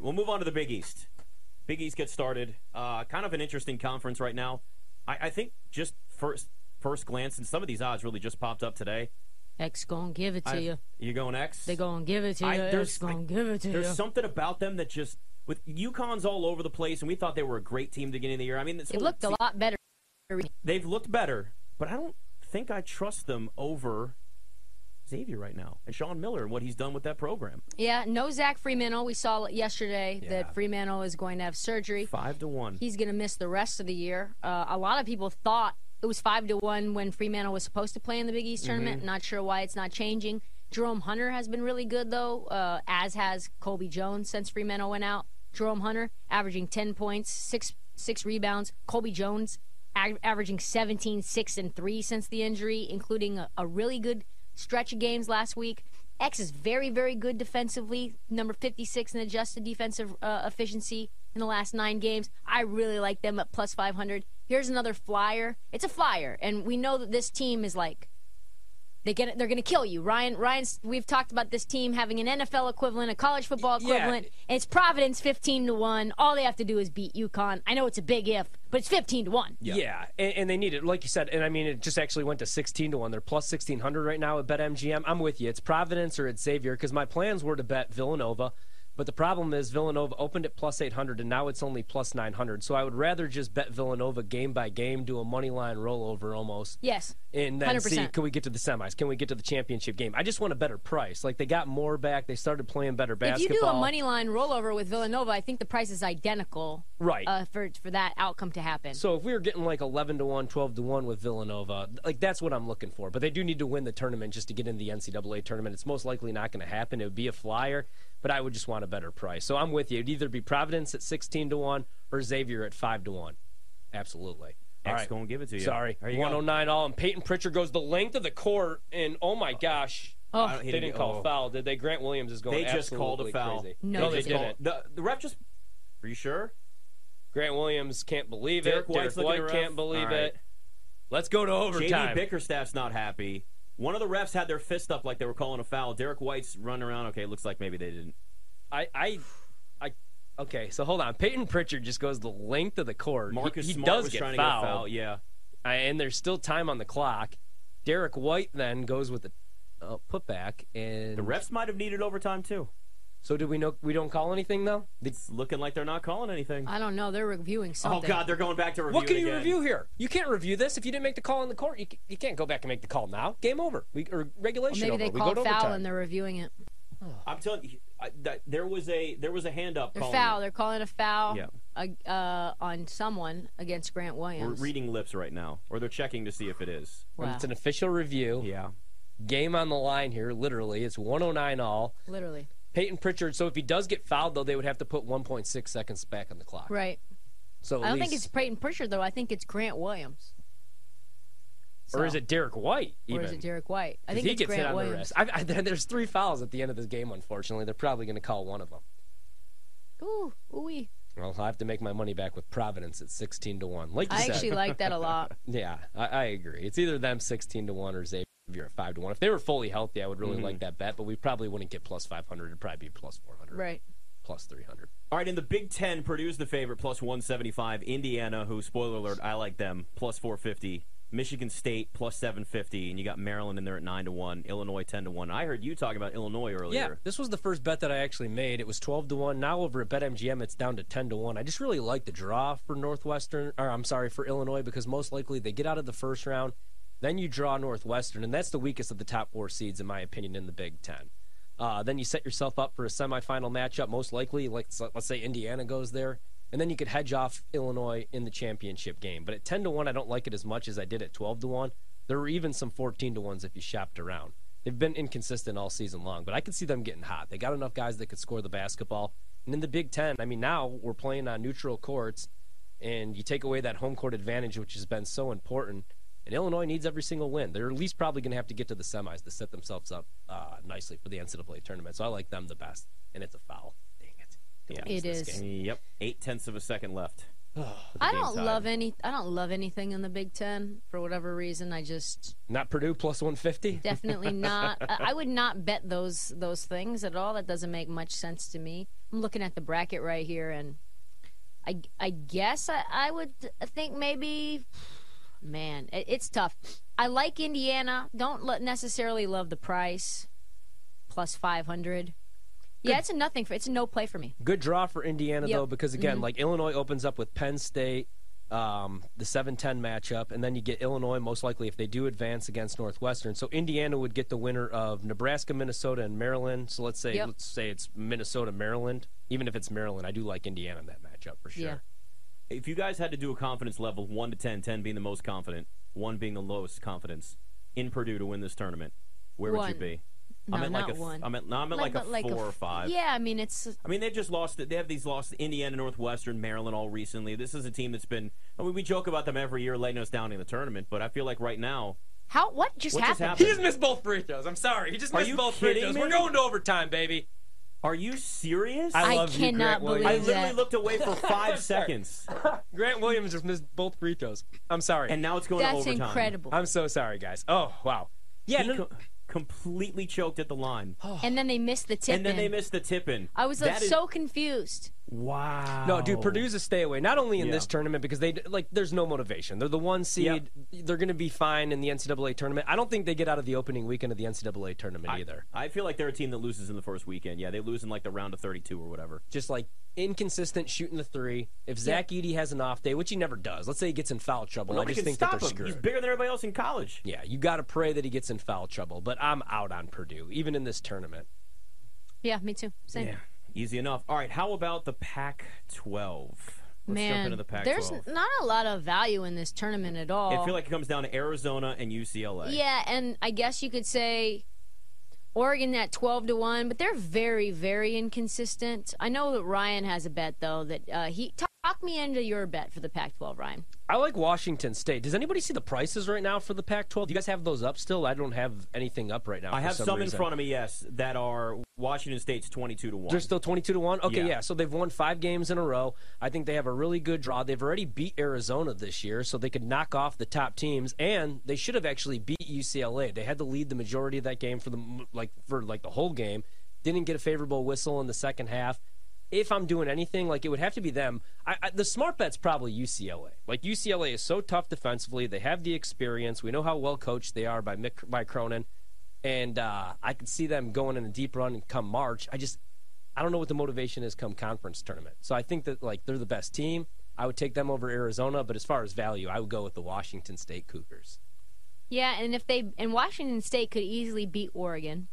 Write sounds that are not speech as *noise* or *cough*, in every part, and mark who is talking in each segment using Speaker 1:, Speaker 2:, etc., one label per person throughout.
Speaker 1: We'll move on to the Big East. Big East gets started. Uh, kind of an interesting conference right now. I, I think just first first glance, and some of these odds really just popped up today.
Speaker 2: X gonna give it to
Speaker 1: I-
Speaker 2: you.
Speaker 1: You going X?
Speaker 2: They gonna give it to you.
Speaker 1: I- there's-
Speaker 2: X gonna give it to you.
Speaker 1: There's something about them that just with UConn's all over the place, and we thought they were a great team to get in the year. I mean, this
Speaker 2: it
Speaker 1: whole
Speaker 2: looked a
Speaker 1: se-
Speaker 2: lot better.
Speaker 1: They've looked better, but I don't think I trust them over Xavier right now and Sean Miller and what he's done with that program.
Speaker 2: Yeah, no Zach Fremantle. We saw yesterday
Speaker 1: Yeah.
Speaker 2: that Fremantle is going to have surgery.
Speaker 1: Five to one.
Speaker 2: He's going to miss the rest of the year. Uh, a lot of people thought it was five to one when Fremantle was supposed to play in the Big East tournament. Not sure why it's not changing. Jerome Hunter has been really good though, uh, as has Colby Jones since Fremantle went out. Jerome Hunter averaging ten points, six six rebounds. Colby Jones a- averaging 17, 6, and 3 since the injury, including a, a really good stretch of games last week. X is very, very good defensively, number 56 in adjusted defensive uh, efficiency in the last nine games. I really like them at plus 500. Here's another flyer. It's a flyer, and we know that this team is like they get they're going to kill you. Ryan Ryan's we've talked about this team having an NFL equivalent, a college football
Speaker 1: Yeah.
Speaker 2: equivalent. And it's Providence 15 to 1. All they have to do is beat UConn. I know it's a big if, but it's 15 to 1.
Speaker 3: Yeah, And, and they need it, like you said. And I mean, it just actually went to sixteen to one. They're plus sixteen hundred right now at BetMGM. I'm with you. It's Providence or it's Xavier because my plans were to bet Villanova, but the problem is Villanova opened at plus eight hundred and now it's only plus nine hundred. So I would rather just bet Villanova game by game, do a money line rollover almost.
Speaker 2: Yes.
Speaker 3: and then see
Speaker 2: 100%.
Speaker 3: can we get to the semis? Can we get to the championship game? I just want a better price. Like they got more back. They started playing better
Speaker 2: If you
Speaker 3: basketball.
Speaker 2: do a money line rollover with Villanova, I think the price is identical
Speaker 3: right?
Speaker 2: uh, for for that outcome to happen.
Speaker 3: so if we were getting like 11 to 1, 12 to 1 with Villanova, like that's what I'm looking for. But they do need to win the tournament just to get in the NCAA tournament. It's most likely not going to happen. It would be a flyer, but I would just want a better price. So I'm with you. It'd either be Providence at 16 to 1 or Xavier at 5 to 1. Absolutely. All
Speaker 1: X
Speaker 3: right.
Speaker 1: gonna give it to you.
Speaker 3: Sorry.
Speaker 1: There you go.
Speaker 3: 109 all, and Peyton Pritchard goes the length of the court, and oh my gosh.
Speaker 2: Oh.
Speaker 1: I don't- he
Speaker 3: They didn't call
Speaker 1: oh.
Speaker 3: foul, did they? Grant Williams is going.
Speaker 1: They just called a
Speaker 3: absolutely
Speaker 1: foul.
Speaker 3: Crazy.
Speaker 2: No,
Speaker 3: no,
Speaker 2: they
Speaker 3: they
Speaker 1: just
Speaker 3: didn't.
Speaker 1: called- Oh, The, the ref just. Are you sure?
Speaker 3: Grant Williams can't believe
Speaker 1: Derek
Speaker 3: it.
Speaker 1: White's
Speaker 3: Derek
Speaker 1: looking
Speaker 3: White
Speaker 1: at the
Speaker 3: can't
Speaker 1: ref.
Speaker 3: believe
Speaker 1: All right.
Speaker 3: it. Let's go to
Speaker 1: JD
Speaker 3: overtime.
Speaker 1: Bickerstaff's not happy. One of the refs had their fist up like they were calling a foul. Derek White's running around. Okay, looks like maybe they didn't.
Speaker 3: I, I, I. Okay, so hold on. Peyton Pritchard just goes the length of the court. He-
Speaker 1: Marcus
Speaker 3: he,
Speaker 1: Smart
Speaker 3: does
Speaker 1: was
Speaker 3: get
Speaker 1: trying
Speaker 3: fouled,
Speaker 1: to get a foul. Yeah.
Speaker 3: uh, and there's still time on the clock. Derek White then goes with the uh, putback, and
Speaker 1: The refs might have needed overtime too.
Speaker 3: So do we know we don't call anything though? The-
Speaker 1: It's looking like they're not calling anything.
Speaker 2: I don't know. They're reviewing
Speaker 1: Oh
Speaker 2: something.
Speaker 1: God, they're going back to review.
Speaker 3: what can
Speaker 1: it
Speaker 3: you
Speaker 1: again.
Speaker 3: review here? You can't review this if you didn't make the call on the court. You, c- you can't go back and make the call now. Game over. We or
Speaker 2: Well,
Speaker 3: regulation
Speaker 2: maybe
Speaker 3: over.
Speaker 2: they
Speaker 3: we go
Speaker 2: called
Speaker 3: to
Speaker 2: foul
Speaker 3: overtime.
Speaker 2: and they're reviewing it.
Speaker 1: I'm telling you, I, that, there was a there was a hand up.
Speaker 2: They're
Speaker 1: calling
Speaker 2: foul.
Speaker 1: it.
Speaker 2: They're calling a foul
Speaker 1: Yeah.
Speaker 2: uh, uh, on someone against Grant
Speaker 1: We're
Speaker 2: Williams.
Speaker 1: reading lips right now, or they're checking to see if it is.
Speaker 2: Wow.
Speaker 3: It's an official review.
Speaker 1: Yeah.
Speaker 3: Game on the line here. Literally, it's 109 all.
Speaker 2: Literally.
Speaker 3: Peyton Pritchard. So if he does get fouled, though, they would have to put 1.6 seconds back on the clock.
Speaker 2: Right.
Speaker 3: So at
Speaker 2: I don't
Speaker 3: least,
Speaker 2: think it's Peyton Pritchard though. I think it's Grant Williams.
Speaker 3: or is
Speaker 2: So-
Speaker 3: it Derek White? Even
Speaker 2: Or is it Derek White? I
Speaker 3: 'Cause
Speaker 2: think
Speaker 3: he
Speaker 2: it's
Speaker 3: gets
Speaker 2: Grant
Speaker 3: hit on
Speaker 2: Williams.
Speaker 3: the wrist. I, *laughs* I, there's three fouls at the end of this game. Unfortunately, they're probably going to call one of them.
Speaker 2: Ooh, ooh.
Speaker 3: Well, I have to make my money back with Providence at 16 to one. Like you
Speaker 2: I
Speaker 3: said,
Speaker 2: actually like that a lot.
Speaker 3: *laughs* yeah, I, I agree. It's either them 16 to one or Xavier at five to one. If they were fully healthy, I would really like that bet, but we probably wouldn't get plus 500. It'd probably be plus 400,
Speaker 2: Right.
Speaker 3: plus 300.
Speaker 1: All right, in the Big Ten, Purdue's the favorite, plus 175. Indiana, who, spoiler alert, I like them, plus 450. Michigan State, plus 750. And you got Maryland in there at 9 to 1. Illinois, 10 to 1. I heard you talking about Illinois
Speaker 3: Yeah,
Speaker 1: earlier.
Speaker 3: this was the first bet that I actually made. It was 12 to 1. Now over at BetMGM, it's down to 10 to 1. I just really like the draw for Northwestern, or I'm sorry, for Illinois, because most likely they get out of the first round. Then you draw Northwestern, and that's the weakest of the top four seeds, in my opinion, in the Big Ten. Uh, then you set yourself up for a semifinal matchup, most likely, like so- let's say Indiana goes there, and then you could hedge off Illinois in the championship game. But at 10 to 1, I don't like it as much as I did at 12 to 1. There were even some 14 to 1s if you shopped around. They've been inconsistent all season long, but I could see them getting hot. They got enough guys that could score the basketball. And in the Big Ten, I mean, now we're playing on neutral courts, and you take away that home court advantage, which has been so important. And Illinois needs every single win. They're at least probably going to have to get to the semis to set themselves up uh, nicely for the NCAA tournament. So I like them the best, and it's a foul. Dang it! Don't
Speaker 1: Yeah.
Speaker 3: lose
Speaker 2: It
Speaker 3: this
Speaker 2: is.
Speaker 3: game.
Speaker 1: Yep. Eight tenths of a second left.
Speaker 2: I don't love any. I don't love anything in the Big Ten for whatever reason. I just
Speaker 3: Not Purdue plus 150.
Speaker 2: definitely not. I I would not bet those those things at all. That doesn't make much sense to me. I'm looking at the bracket right here, and I I guess I, I would think maybe. Man, it, it's tough. I like Indiana. Don't lo- necessarily love the price, plus five hundred. Yeah, it's a nothing for. It's a no play for me.
Speaker 3: Good draw for Indiana
Speaker 2: Yep. Mm-hmm.
Speaker 3: though, because again, like Illinois opens up with Penn State, um, the 7-10 matchup, and then you get Illinois most likely if they do advance against Northwestern. So Indiana would get the winner of Nebraska, Minnesota, and Maryland. So let's say
Speaker 2: Yep.
Speaker 3: let's say it's Minnesota, Maryland. Even if it's Maryland, I do like Indiana in that matchup for sure.
Speaker 2: Yeah.
Speaker 1: If you guys had to do a confidence level, 1 to 10, 10 being the most confident, 1 being the lowest confidence in Purdue to win this tournament, where would
Speaker 2: One.
Speaker 1: you be?
Speaker 2: No,
Speaker 1: I'm at
Speaker 2: not
Speaker 1: like a, f-
Speaker 2: one.
Speaker 1: I'm at, no, I'm at like, a
Speaker 2: but
Speaker 1: 4
Speaker 2: f-
Speaker 1: or 5.
Speaker 2: Yeah, I mean it's
Speaker 1: I mean, they just lost. They have these lost to Indiana, Northwestern, Maryland all recently. This is a team that's been. I mean, we joke about them every year, letting us down in the tournament. But I feel like right now,
Speaker 2: how what just
Speaker 1: what
Speaker 2: happened?
Speaker 1: just happened?
Speaker 3: missed both free throws. I'm sorry. He just
Speaker 1: Are you kidding me?
Speaker 3: to overtime, baby.
Speaker 1: Are you serious?
Speaker 3: I
Speaker 2: I
Speaker 3: love you,
Speaker 2: cannot
Speaker 3: Grant Williams.
Speaker 1: I
Speaker 2: believe
Speaker 1: literally
Speaker 2: that.
Speaker 1: looked away
Speaker 2: *laughs*
Speaker 1: for five
Speaker 3: Sorry.
Speaker 1: seconds,
Speaker 3: Grant Williams just missed both free throws. I'm sorry.
Speaker 1: and now it's going
Speaker 2: That's
Speaker 1: to overtime.
Speaker 2: incredible.
Speaker 3: I'm so sorry, guys. Oh wow. Yeah.
Speaker 1: He
Speaker 3: no-
Speaker 1: co- completely choked at the line,
Speaker 2: and then they missed the tip.
Speaker 1: Oh. and then
Speaker 2: in.
Speaker 1: they missed the tip in.
Speaker 2: I was like,
Speaker 1: That is-
Speaker 2: so confused.
Speaker 1: wow.
Speaker 3: No, dude, Purdue's a stay away. Not only in
Speaker 1: Yeah.
Speaker 3: this tournament because they like there's no motivation. They're the one seed. They're going to be fine in the NCAA tournament. I don't think they get out of the opening weekend of the NCAA tournament either.
Speaker 1: I feel like they're a team that loses in the first weekend. Yeah, they lose in like the round of 32 or whatever.
Speaker 3: Just like inconsistent shooting the three. If Zach Eady has an off day, which he never does, let's say he gets in foul trouble, I
Speaker 1: Nobody
Speaker 3: just
Speaker 1: can
Speaker 3: think
Speaker 1: stop
Speaker 3: that they're
Speaker 1: him.
Speaker 3: screwed.
Speaker 1: He's bigger than everybody else in college.
Speaker 3: yeah, you got to pray that he gets in foul trouble. But I'm out on Purdue, even in this tournament.
Speaker 2: Yeah, me too. Same.
Speaker 1: Easy enough. All right, how about the Pac 12? Let's jump
Speaker 2: Man,
Speaker 1: into the Pac
Speaker 2: there's
Speaker 1: 12.
Speaker 2: not a lot of value in this tournament at all.
Speaker 1: I feel like it comes down to Arizona and UCLA.
Speaker 2: yeah, and I guess you could say Oregon at 12 to 1, but they're very, very inconsistent. I know that Ryan has a bet, though, that uh, he. Talk me into your bet for the Pac 12, Ryan.
Speaker 3: I like Washington State. Does anybody see the prices right now for the Pac-12? Do you guys have those up still? I don't have anything up right now.
Speaker 1: I
Speaker 3: for
Speaker 1: have some, in
Speaker 3: reason.
Speaker 1: front of me, yes, that are Washington State's 22 to 1.
Speaker 3: They're still 22 to 1. Okay,
Speaker 1: Yeah.
Speaker 3: yeah. So they've won 5 games in a row. I think they have a really good draw. They've already beat Arizona this year, so they could knock off the top teams and they should have actually beat UCLA. They had to lead the majority of that game for the m- like for like the whole game. Didn't get a favorable whistle in the second half. If I'm doing anything, like it would have to be them. I, I, the smart bet's probably UCLA. Like UCLA is so tough defensively. They have the experience. We know how well coached they are by Mick, by Cronin, and uh, I could see them going in a deep run come March. I just I don't know what the motivation is come conference tournament. So I think that like they're the best team. I would take them over Arizona, but as far as value, I would go with the Washington State Cougars.
Speaker 2: Yeah, and if they and Washington State could easily beat Oregon,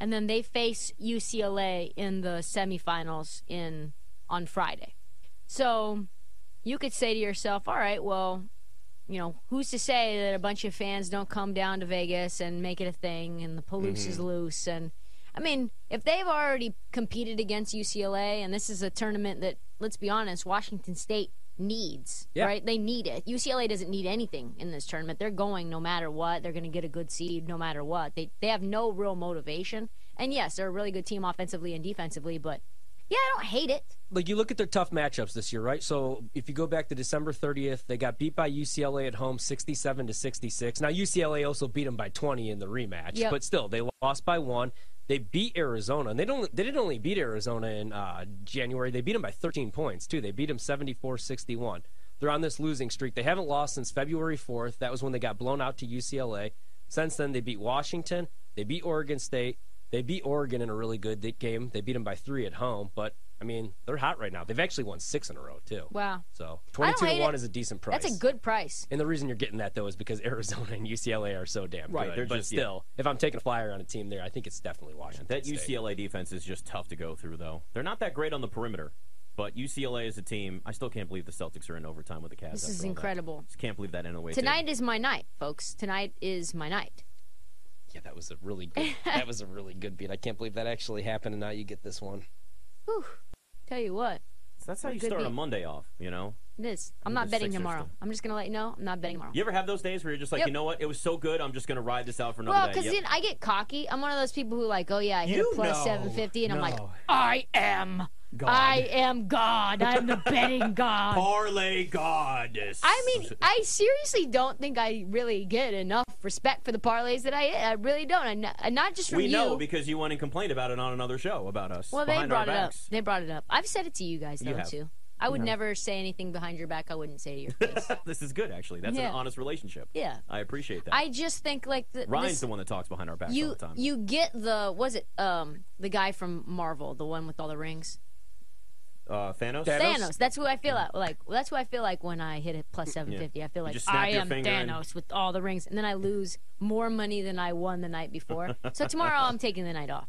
Speaker 2: and then they face UCLA in the semifinals in on Friday. So you could say to yourself, "All right, well, you know, who's to say that a bunch of fans don't come down to Vegas and make it a thing and the Palouse
Speaker 3: Mm-hmm.
Speaker 2: is loose and I mean, if they've already competed against UCLA and this is a tournament that let's be honest, Washington State needs,
Speaker 3: Yeah.
Speaker 2: right? They need it. UCLA doesn't need anything in this tournament. They're going no matter what. They're going to get a good seed no matter what. They they have no real motivation. And yes, they're a really good team offensively and defensively, but yeah, I don't hate it.
Speaker 3: Like you look at their tough matchups this year, right? So if you go back to December 30th, they got beat by UCLA at home 67 to 66. Now UCLA also beat them by 20 in the rematch,
Speaker 2: Yep.
Speaker 3: but still they lost by 1. They beat Arizona, and they don't they didn't only beat Arizona in uh, January. They beat them by 13 points, too. They beat them 74-61. They're on this losing streak. They haven't lost since February 4th. That was when they got blown out to UCLA. Since then, they beat Washington. They beat Oregon State. They beat Oregon in a really good di- game. They beat them by three at home. But I mean, they're hot right now. They've actually won six in a row too.
Speaker 2: Wow.
Speaker 3: So
Speaker 2: don't
Speaker 3: twenty-two to
Speaker 2: hate
Speaker 3: one
Speaker 2: it.
Speaker 3: is a decent price.
Speaker 2: That's a good price.
Speaker 3: And the reason you're getting that though is because *laughs* Arizona and UCLA are so damn
Speaker 1: Right,
Speaker 3: good.
Speaker 1: they're
Speaker 3: but
Speaker 1: just- yeah.
Speaker 3: still, if I'm taking a flyer on a team there, I think it's definitely Washington.
Speaker 1: That
Speaker 3: State.
Speaker 1: UCLA defense is just tough to go through, though. They're not that great on the perimeter, but UCLA is a team. I still can't believe the Celtics are in overtime with the Cavs.
Speaker 2: This
Speaker 1: after
Speaker 2: is
Speaker 1: all that.
Speaker 2: incredible.
Speaker 1: Just can't believe that in a way.
Speaker 2: Tonight is my night, folks. Tonight is my night.
Speaker 3: Yeah, that was a really good. that was a really good beat. I can't believe that actually happened, and now you get this one.
Speaker 2: Whew. Tell you what,
Speaker 1: That's how
Speaker 2: We're
Speaker 1: you
Speaker 2: good
Speaker 1: start a
Speaker 2: beat.
Speaker 1: Monday off, you know?
Speaker 2: it is. I'm
Speaker 1: Under
Speaker 2: not betting
Speaker 1: Sixers
Speaker 2: tomorrow.
Speaker 1: though.
Speaker 2: I'm just gonna let you know I'm not betting tomorrow.
Speaker 1: You ever have those days where you're just like,
Speaker 2: Yep.
Speaker 1: you know what? It was so good, I'm just going to ride this out for another
Speaker 2: Well,
Speaker 1: day.
Speaker 2: because
Speaker 1: Yep.
Speaker 2: then I get cocky. I'm one of those people who like, oh yeah, I hit
Speaker 3: You
Speaker 2: a plus
Speaker 3: know.
Speaker 2: 750, and I'm like,
Speaker 3: No.
Speaker 2: I am
Speaker 1: God.
Speaker 2: I am God. I'm the
Speaker 1: *laughs*
Speaker 2: betting God.
Speaker 1: Parlay goddess.
Speaker 2: I mean, I seriously don't think I really get enough respect for the parlays that I I really don't. And not- and not just from
Speaker 1: we
Speaker 2: you.
Speaker 1: know because you went and complained about it on another show about us.
Speaker 2: well, they
Speaker 1: behind our
Speaker 2: brought it up.
Speaker 1: backs.
Speaker 2: They brought it up. I've said it to you guys
Speaker 1: You
Speaker 2: though
Speaker 1: have.
Speaker 2: too. I would never say anything behind your back. I wouldn't say
Speaker 1: *laughs*
Speaker 2: to your face.
Speaker 1: this is good, actually. That's
Speaker 2: Yeah.
Speaker 1: an honest relationship.
Speaker 2: yeah.
Speaker 1: I appreciate that.
Speaker 2: I just think like the,
Speaker 1: Ryan's
Speaker 2: this,
Speaker 1: the one that talks behind our backs all
Speaker 2: you
Speaker 1: the time.
Speaker 2: you get the was it um the guy from Marvel, the one with all the rings.
Speaker 1: uh, Thanos?
Speaker 3: Thanos?
Speaker 2: Thanos. That's who I feel like. Like that's who I feel like when I hit it plus seven fifty. I feel like
Speaker 1: just snap
Speaker 2: I
Speaker 1: your
Speaker 2: am
Speaker 1: finger and-
Speaker 2: Thanos with all the rings, and then I lose more money than I won the night before. so tomorrow I'm taking the night off.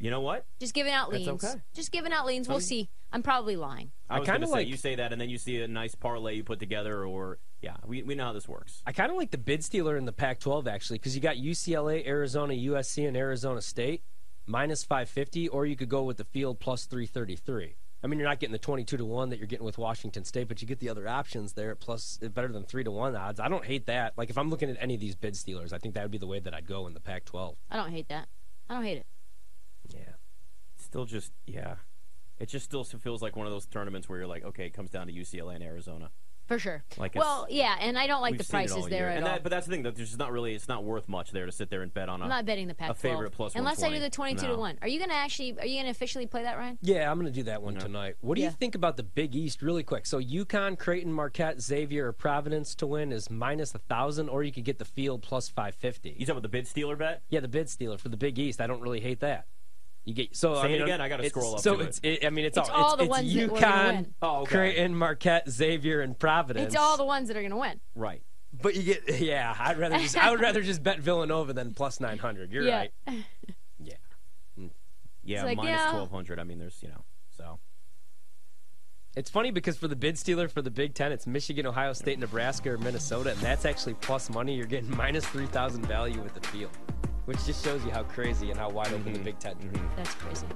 Speaker 1: You know what?
Speaker 2: Just giving out
Speaker 1: That's
Speaker 2: liens.
Speaker 1: okay.
Speaker 2: Just giving out liens. We'll see. I'm probably lying.
Speaker 1: I,
Speaker 3: I
Speaker 1: was going
Speaker 3: kinda
Speaker 1: to say,
Speaker 3: like-
Speaker 1: you say that, and then you see a nice parlay you put together, or, yeah, we, we know how this works.
Speaker 3: I kind of like the bid stealer in the Pac 12, actually, because you got UCLA, Arizona, USC, and Arizona State minus 550, or you could go with the field plus 333. I mean, you're not getting the 22 to 1 that you're getting with Washington State, but you get the other options there, plus eh, better than 3 to 1 odds. I don't hate that. Like, if I'm looking at any of these bid stealers, I think that would be the way that I'd go in the Pac 12.
Speaker 2: I don't hate that. I don't hate it.
Speaker 3: Yeah.
Speaker 1: still just yeah it just still feels like one of those tournaments where you're like okay it comes down to ucla and arizona
Speaker 2: For sure.
Speaker 1: Like it's-
Speaker 2: well, yeah, and I don't like
Speaker 1: We've
Speaker 2: the
Speaker 1: seen it
Speaker 2: prices
Speaker 1: all
Speaker 2: there
Speaker 1: year.
Speaker 2: at
Speaker 1: and
Speaker 2: all.
Speaker 1: that, but that's the thing that there's just not really it's not worth much there to sit there and bet on a
Speaker 2: I'm not betting the Pac-12.
Speaker 1: favorite plus
Speaker 2: unless I do
Speaker 1: 120.
Speaker 2: the 22 to
Speaker 1: No.
Speaker 2: one. Are you gonna actually? Are you gonna officially play that, Ryan?
Speaker 3: Yeah, I'm going to do that one tonight. What do
Speaker 2: Yeah.
Speaker 3: you think about the Big East, really quick? So, UConn, Creighton, Marquette, Xavier, or Providence to win is minus 1,000, or you could get the field plus 550.
Speaker 1: you talking about the bid stealer bet
Speaker 3: Yeah, the bid stealer for the Big East. I don't really hate that. You get so I
Speaker 1: Say it
Speaker 3: mean,
Speaker 1: again, I gotta
Speaker 3: it's-
Speaker 1: scroll up
Speaker 3: So
Speaker 1: to
Speaker 3: it's I mean it's,
Speaker 2: It's
Speaker 3: all,
Speaker 2: all the
Speaker 3: it's,
Speaker 2: ones
Speaker 3: it's
Speaker 2: that we're gonna
Speaker 3: UConn,
Speaker 2: win.
Speaker 1: Oh, okay.
Speaker 3: Creighton, Marquette, Xavier, and Providence.
Speaker 2: It's all the ones that are gonna win.
Speaker 1: right
Speaker 3: but you get yeah. I'd rather just, I would rather just bet Villanova than plus nine hundred. You're
Speaker 2: yeah.
Speaker 3: right. Yeah.
Speaker 1: yeah
Speaker 2: It's like,
Speaker 1: minus
Speaker 2: yeah.
Speaker 1: 1200 i mean there's you know so
Speaker 3: It's funny because for the bid stealer for the Big Ten, it's Michigan, Ohio State, Nebraska, or Minnesota, and that's actually plus money. You're getting minus three
Speaker 1: Mm-hmm.
Speaker 3: thousand value with the field, which just shows you how crazy and how wide open the Big Ten.
Speaker 2: That's crazy.